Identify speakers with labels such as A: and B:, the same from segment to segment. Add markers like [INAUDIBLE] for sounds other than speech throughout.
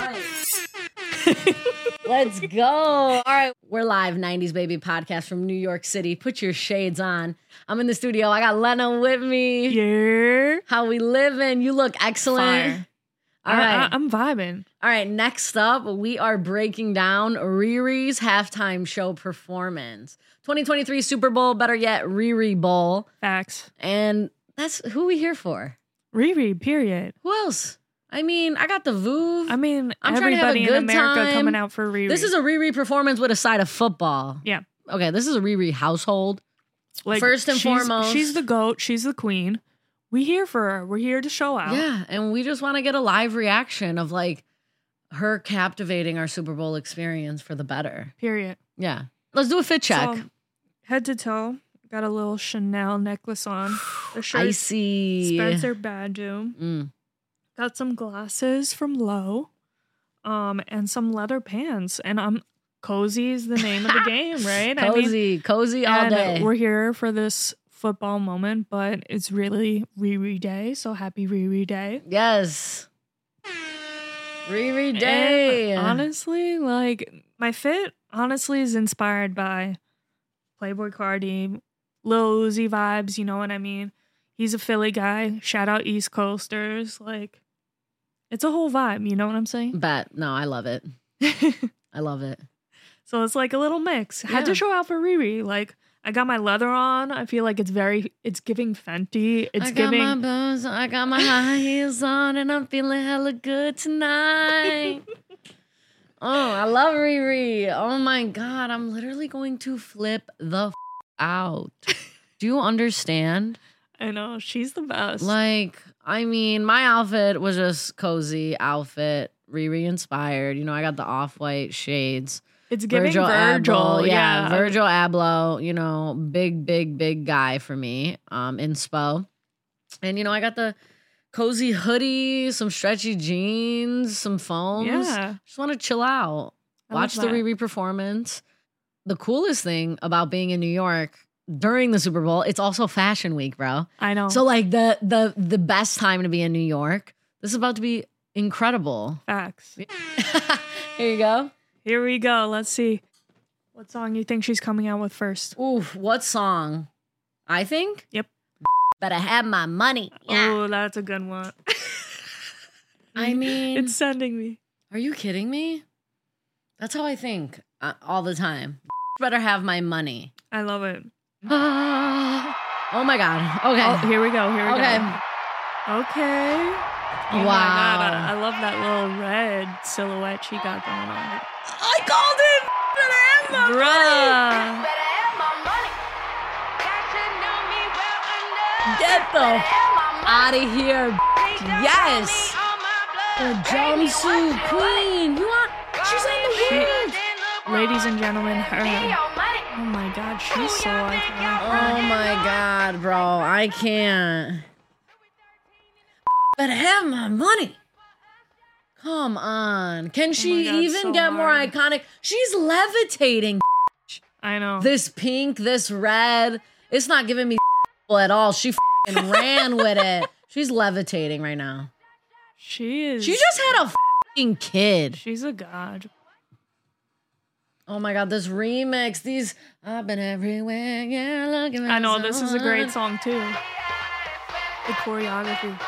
A: [LAUGHS] Let's go. All right. We're live, 90s Baby Podcast from New York City. Put your shades on. I'm in the studio. I got Lena with me.
B: Yeah.
A: How we living? You look excellent.
B: Fire.
A: All right.
B: I, am vibing.
A: All right. Next up, we are breaking down Riri's halftime show performance. 2023 Super Bowl, better yet, Riri Bowl.
B: Facts.
A: And that's who we here for.
B: Riri, period.
A: Who else? I mean, I got the Voove.
B: I mean,
A: I'm trying to have a
B: everybody in
A: good
B: America
A: time.
B: coming out for Riri.
A: This is a Riri performance with a side of football.
B: Yeah.
A: Okay, this is a Riri household.
B: like,
A: first and
B: she's-
A: foremost-
B: She's the goat. She's the queen. We here for her. We're here to show out.
A: Yeah, and we just want to get a live reaction of like her captivating our Super Bowl experience for the better.
B: Period.
A: Yeah. Let's do a fit check.
B: So, head to toe, got a little Chanel necklace on.
A: [SIGHS]
B: The shirt,
A: Icy.
B: Spencer Badu.
A: Mm.
B: Got some glasses from Lowe, um, and some leather pants. And I'm cozy is the
A: [LAUGHS]
B: name of the game, right? I mean,
A: Cozy, cozy all
B: and
A: day.
B: We're here for this football moment, but it's really Riri Day. So happy Riri Day.
A: Yes. Riri
B: And
A: Day.
B: honestly, like my fit honestly is inspired by Playboy Cardi, Lil Uzi vibes, you know what I mean? He's a Philly guy. Shout out East Coasters. Like it's a whole vibe, you know what I'm saying? [LAUGHS]
A: Bet. No, I love it. I love it.
B: So it's like a little mix. Had
A: Yeah.
B: to show out for Riri. Like I got my leather on. I feel like it's very it's giving Fenty. It's
A: I got
B: giving
A: my bones, I got my high heels on, and I'm feeling hella good
B: [LAUGHS]
A: tonight. oh, I love Riri. Oh my god, I'm literally going to flip the f-
B: [LAUGHS]
A: out. Do you understand?
B: I know she's the best.
A: Like, I mean, my outfit was just cozy outfit, Riri inspired. You know, I got the off white shades.
B: it's giving Virgil.
A: Abloh,
B: yeah,
A: Virgil Abloh, you know, big, big, big guy for me. Um, inspo, and you know, I got the cozy hoodie, some stretchy jeans, some foams.
B: Yeah.
A: just want to chill out,
B: I
A: watch the
B: love that.
A: Riri performance. The coolest thing about being in New York during the Super Bowl, it's also Fashion Week, bro.
B: I know.
A: So like the the the best time to be in New York. This is about to be incredible. [LAUGHS]
B: facts.
A: Here you go.
B: Here we go. Let's see what song you think she's coming out with first.
A: Oof, what song? I think.
B: Yep.
A: Better have my money. Yeah.
B: Oh, that's a good one.
A: I mean,
B: it's sending me.
A: are you kidding me? That's how I think uh, all the time. [LAUGHS] Better have my
B: [SIGHS]
A: money.
B: I love it.
A: oh my god. Okay.
B: Oh, here we go. Here we
A: Okay.
B: go. Okay. Oh my god,
A: wow.
B: I, I love that little red silhouette she got going on.
A: I called it. [LAUGHS] Better have my
B: Bruh.
A: Get the out of here. [LAUGHS] Yes. The jumpsuit queen. You want? She's in the world.
B: Ladies and gentlemen, her.
A: uh,
C: gentlemen.
B: Oh my god, she's so iconic.
A: Oh my god, bro. I can't. But have my money. Come on. Can she
B: Oh God,
A: even
B: so
A: get more
B: hard.
A: iconic? She's levitating.
B: I know.
A: This pink, this red. It's not giving me [LAUGHS] at all. She fing
B: [LAUGHS]
A: ran with it. She's levitating right now.
B: She is.
A: She just had a fing kid.
B: She's a god.
A: Oh my god, this remix. These I've been everywhere. Yeah, look at
B: I know this is a great
A: someone.
B: song too. The choreography.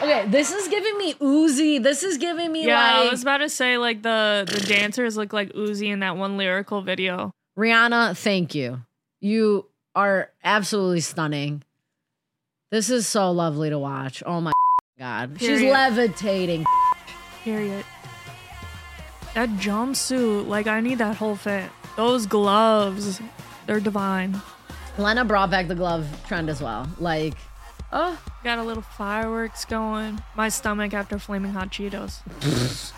A: Okay, this is giving me Uzi. This is giving me
B: Yeah, I
A: like
B: was about to say like the the dancers look like Uzi in that one lyrical video.
A: Rihanna. Thank you. You are absolutely stunning. This is so lovely to watch. Oh my god, she's
B: Period.
A: levitating.
B: Period. That jumpsuit, like I need that whole fit. Those gloves, they're divine.
A: Lena brought back the glove trend as well. Like, oh,
B: Got a little fireworks going. My stomach after flaming hot Cheetos.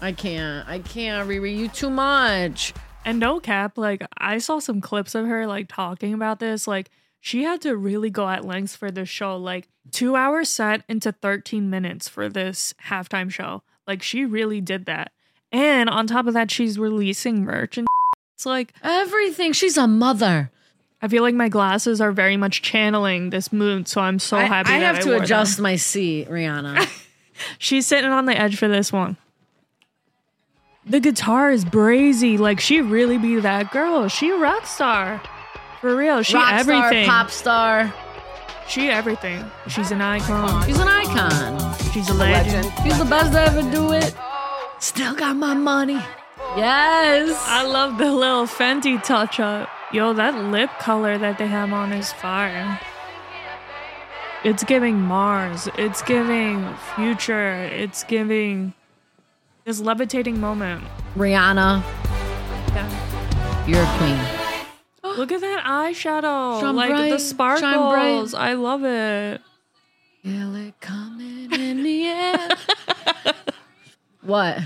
A: I can't, I can't, Riri, you too much.
B: And no cap, like I saw some clips of her like talking about this. Like she had to really go at lengths for this show. Like two hour set into 13 minutes for this halftime show. Like she really did that. And on top of that, she's releasing merch and [LAUGHS] it's like
A: Everything. She's a mother.
B: I feel like my glasses are very much channeling this mood, so I'm so
A: I,
B: happy.
A: I
B: that
A: have to
B: wore them.
A: adjust my seat,
B: [LAUGHS]
A: Rihanna.
B: She's sitting on the edge for this one. The guitar is brazy. Like she really be that girl. She a rock star. For real. She
A: Rock star,
B: everything.
A: pop star.
B: She everything. She's an icon.
A: She's an icon.
B: She's a legend.
A: She's the best to ever do it. Still got my money. Yes.
B: I love the little Fenty touch up. Yo, that lip color that they have on is fire. It's giving Mars. It's giving future. It's giving this levitating moment.
A: Rihanna,
B: Yeah.
A: you're a queen.
B: Look at that eyeshadow.
A: Shine
B: like
A: bright,
B: the
A: shine bright.
B: sparkles. I love it.
A: Feel it coming in the air. what?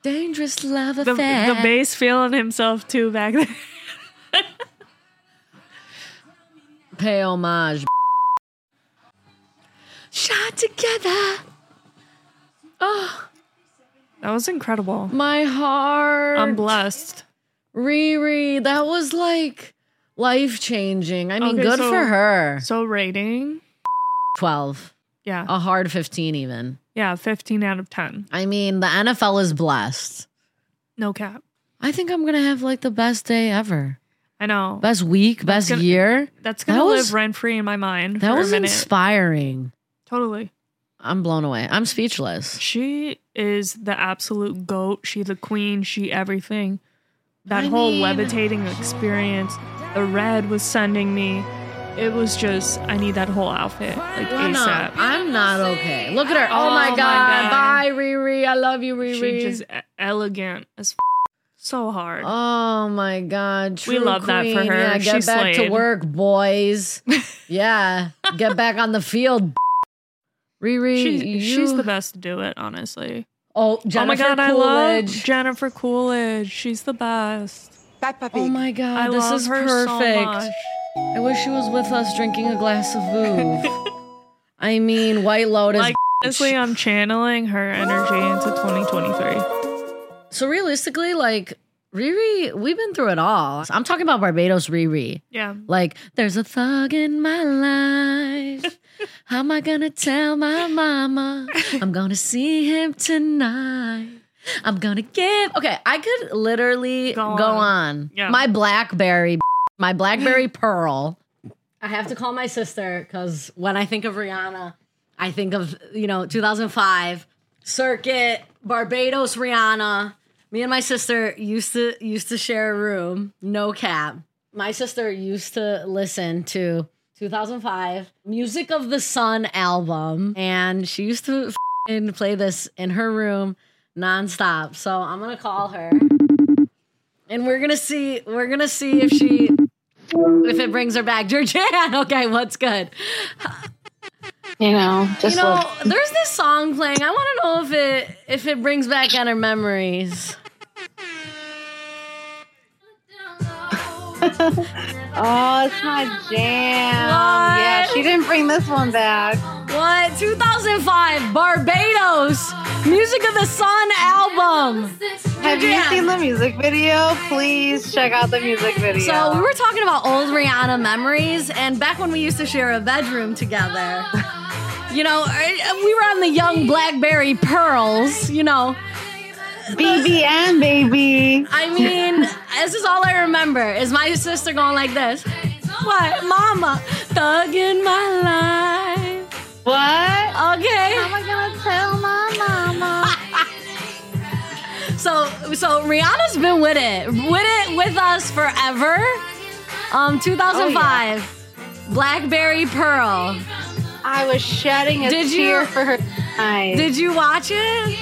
A: Dangerous love
B: The,
A: affair.
B: the bass feeling himself too back there. [LAUGHS]
A: Pay homage. Shot together. Oh,
B: That was incredible.
A: my heart.
B: I'm blessed.
A: Riri, that was like life changing. I mean,
B: Okay,
A: good
B: so-
A: for her.
B: So rating.
A: 12,
B: Yeah.
A: a hard 15, even.
B: Yeah, 15 out of 10.
A: I mean, the NFL is blessed.
B: No cap.
A: I think I'm going to have like the best day ever.
B: I know.
A: Best week, best
B: gonna-
A: year.
B: That's
A: That
B: gonna
A: was-
B: live rent free in my mind.
A: That
B: for
A: was
B: a minute.
A: inspiring.
B: totally.
A: I'm blown away. I'm speechless.
B: She is the absolute goat. She the queen. She everything. That
A: I
B: whole
A: mean-
B: levitating experience. The red was sending me. It was just I need that whole outfit like
A: Lana,
B: ASAP.
A: I'm not okay. Look at her. Oh,
B: Oh
A: my, god.
B: my God.
A: Bye, Riri. I love you, Riri.
B: She just e- elegant as f- so hard.
A: Oh my God.
B: We
A: true
B: love that for
A: queen.
B: her.
A: Yeah,
B: She
A: get back to
B: slayed.
A: work,
B: [LAUGHS]
A: boys. yeah, get back on the field. Riri,
B: She's,
A: you,
B: she's the best to do it, honestly.
A: Oh,
B: oh my
A: Jennifer
B: god, I love
A: Coolidge.
B: Jennifer Coolidge. She's the best.
A: Oh my God,
B: I
A: this
B: love
A: is
B: her so
A: perfect.
B: much.
A: I wish she was with us drinking a glass of
B: [LAUGHS]
A: booze. I mean, White Lotus.
B: Like honestly, I'm channeling her energy into 2023.
A: so realistically, like Riri, we've been through it all. I'm talking about Barbados Riri.
B: Yeah,
A: Like, there's a thug in my
B: [LAUGHS]
A: life. How am I gonna tell my mama? I'm gonna see him tonight. I'm gonna give. Okay, I could literally go
B: Go
A: on.
B: Yeah.
A: My Blackberry, my Blackberry Pearl. I have to call my sister because when I think of Rihanna, I think of, you know, 2005 circuit Barbados Rihanna. Me and my sister used to used to share a room, no cap. My sister used to listen to 2005 Music of the Sun album and she used to fing play this in her room nonstop. So I'm going to call her. And we're going to see we're going to see if she if it brings her back. [LAUGHS] Georgianne, okay, what's good?
C: You know, just
A: you know,
C: look.
A: there's this song playing. I want to know if it if it brings back our memories.
C: Oh, it's my jam. Um, Yeah, she didn't bring this one back.
A: What? 2005 Barbados Music of the Sun album.
C: Have you
A: Yeah.
C: seen the music video? Please check out the music video.
A: So we were talking about old Rihanna memories, and back when we used to share a bedroom
C: [LAUGHS]
A: together, you know, I- we were on the young BlackBerry Pearls. You know,
C: BBM, baby.
A: I mean, this is all I remember is my sister going like this. What, Mama? Thug in my life.
C: What?
A: Okay.
C: How am I gonna tell my mama?
A: [LAUGHS] So so Rihanna's been with it, with it with us forever. Um,
C: Oh,
A: 2005, Blackberry Pearl.
C: I was shedding a
A: Did you-
C: tear for her. Eyes.
A: Did you watch it?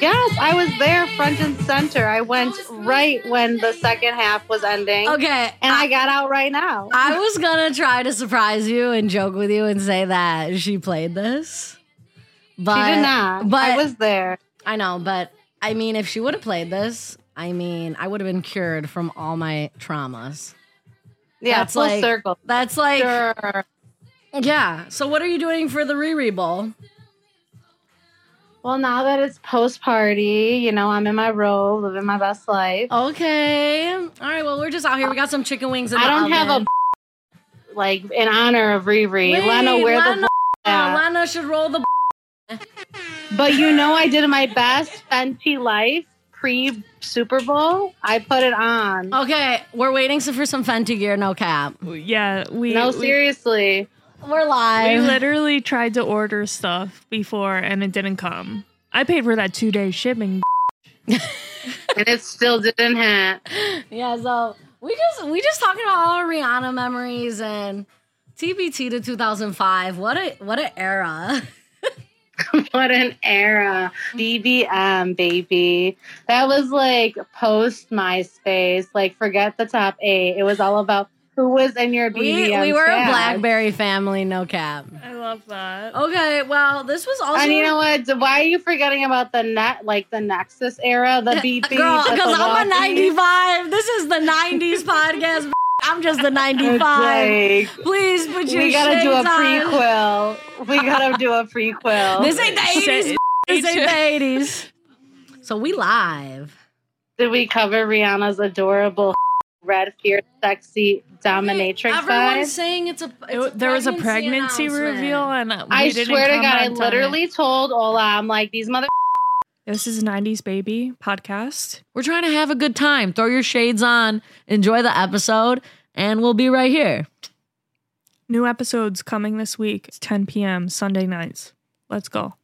C: yes, I was there, front and center. I went right when the second half was ending,
A: Okay.
C: and I got out right now.
A: I was gonna try to surprise you and joke with you and say that she played this, but
C: she did not.
A: But
C: I was there.
A: I know, but I mean, if she would have played this, I mean, I would have been cured from all my traumas.
C: Yeah,
A: that's
C: full
A: like-
C: circle.
A: That's like,
C: Sure.
A: yeah. So what are you doing for the Riri Bowl?
C: Well, Well, now that it's post party, you know, I'm in my role, living my best life.
A: Oh, Okay. All right. Well, we're just out here. We got some chicken wings. In
C: I
A: the
C: don't have
A: oven.
C: a [LAUGHS] like in honor of Riri.
A: Wait,
C: Lena, where the
A: Lana- uh,
C: b- [LAUGHS] at?
A: Lana should roll the.
C: But you know, I did my best Fenty life pre Super Bowl. I put it on.
A: Okay, we're waiting for some Fenty gear. No cap.
B: Yeah, we
C: no,
B: we-
C: seriously.
A: We're
B: We
A: live.
B: literally tried to order stuff before and it didn't come. I paid for that two day shipping.
C: and it still didn't hit.
A: [LAUGHS]
C: [LAUGHS]
A: yeah. So we just we just talking about all our Rihanna memories and TBT to 2005. What a what a era. [LAUGHS]
C: What an era. BBM, baby. That was like post MySpace. Like, forget the top eight. It was all about who was in your
A: We
C: BBM.
A: we were a
C: chat.
A: BlackBerry family. No cap.
B: I love that.
A: Okay. Well, this was also.
C: And you
A: [LAUGHS]
C: know what? Why are you forgetting about the net, like the Nexus era, the BP?
A: Girl,
C: the
A: because I'm a
C: Milwaukee?
A: 95. This is the 90s podcast. [LAUGHS] I'm just the 95.
C: It's like-
A: Please put your
C: we gotta do a
A: shades on.
C: prequel. We gotta do a
A: [LAUGHS]
C: prequel.
A: This ain't the 80s.
B: Shit.
A: This ain't the 80s. So we live.
C: Did we cover Rihanna's adorable [LAUGHS] red, fierce, sexy dominatrix vibe?
A: Everyone's saying it's a. it's
B: [LAUGHS] It- there was a pregnancy
A: announcement.
B: reveal, and we
C: I
B: didn't
C: swear to God, I
B: comment on it.
C: literally told Ola, I'm like, these mother.
B: This is '90s baby podcast.
A: We're trying to have a good time. Throw your shades on, enjoy the episode, and we'll be right here.
B: New episodes coming this week. It's 10 p.m. Sunday nights. Let's go.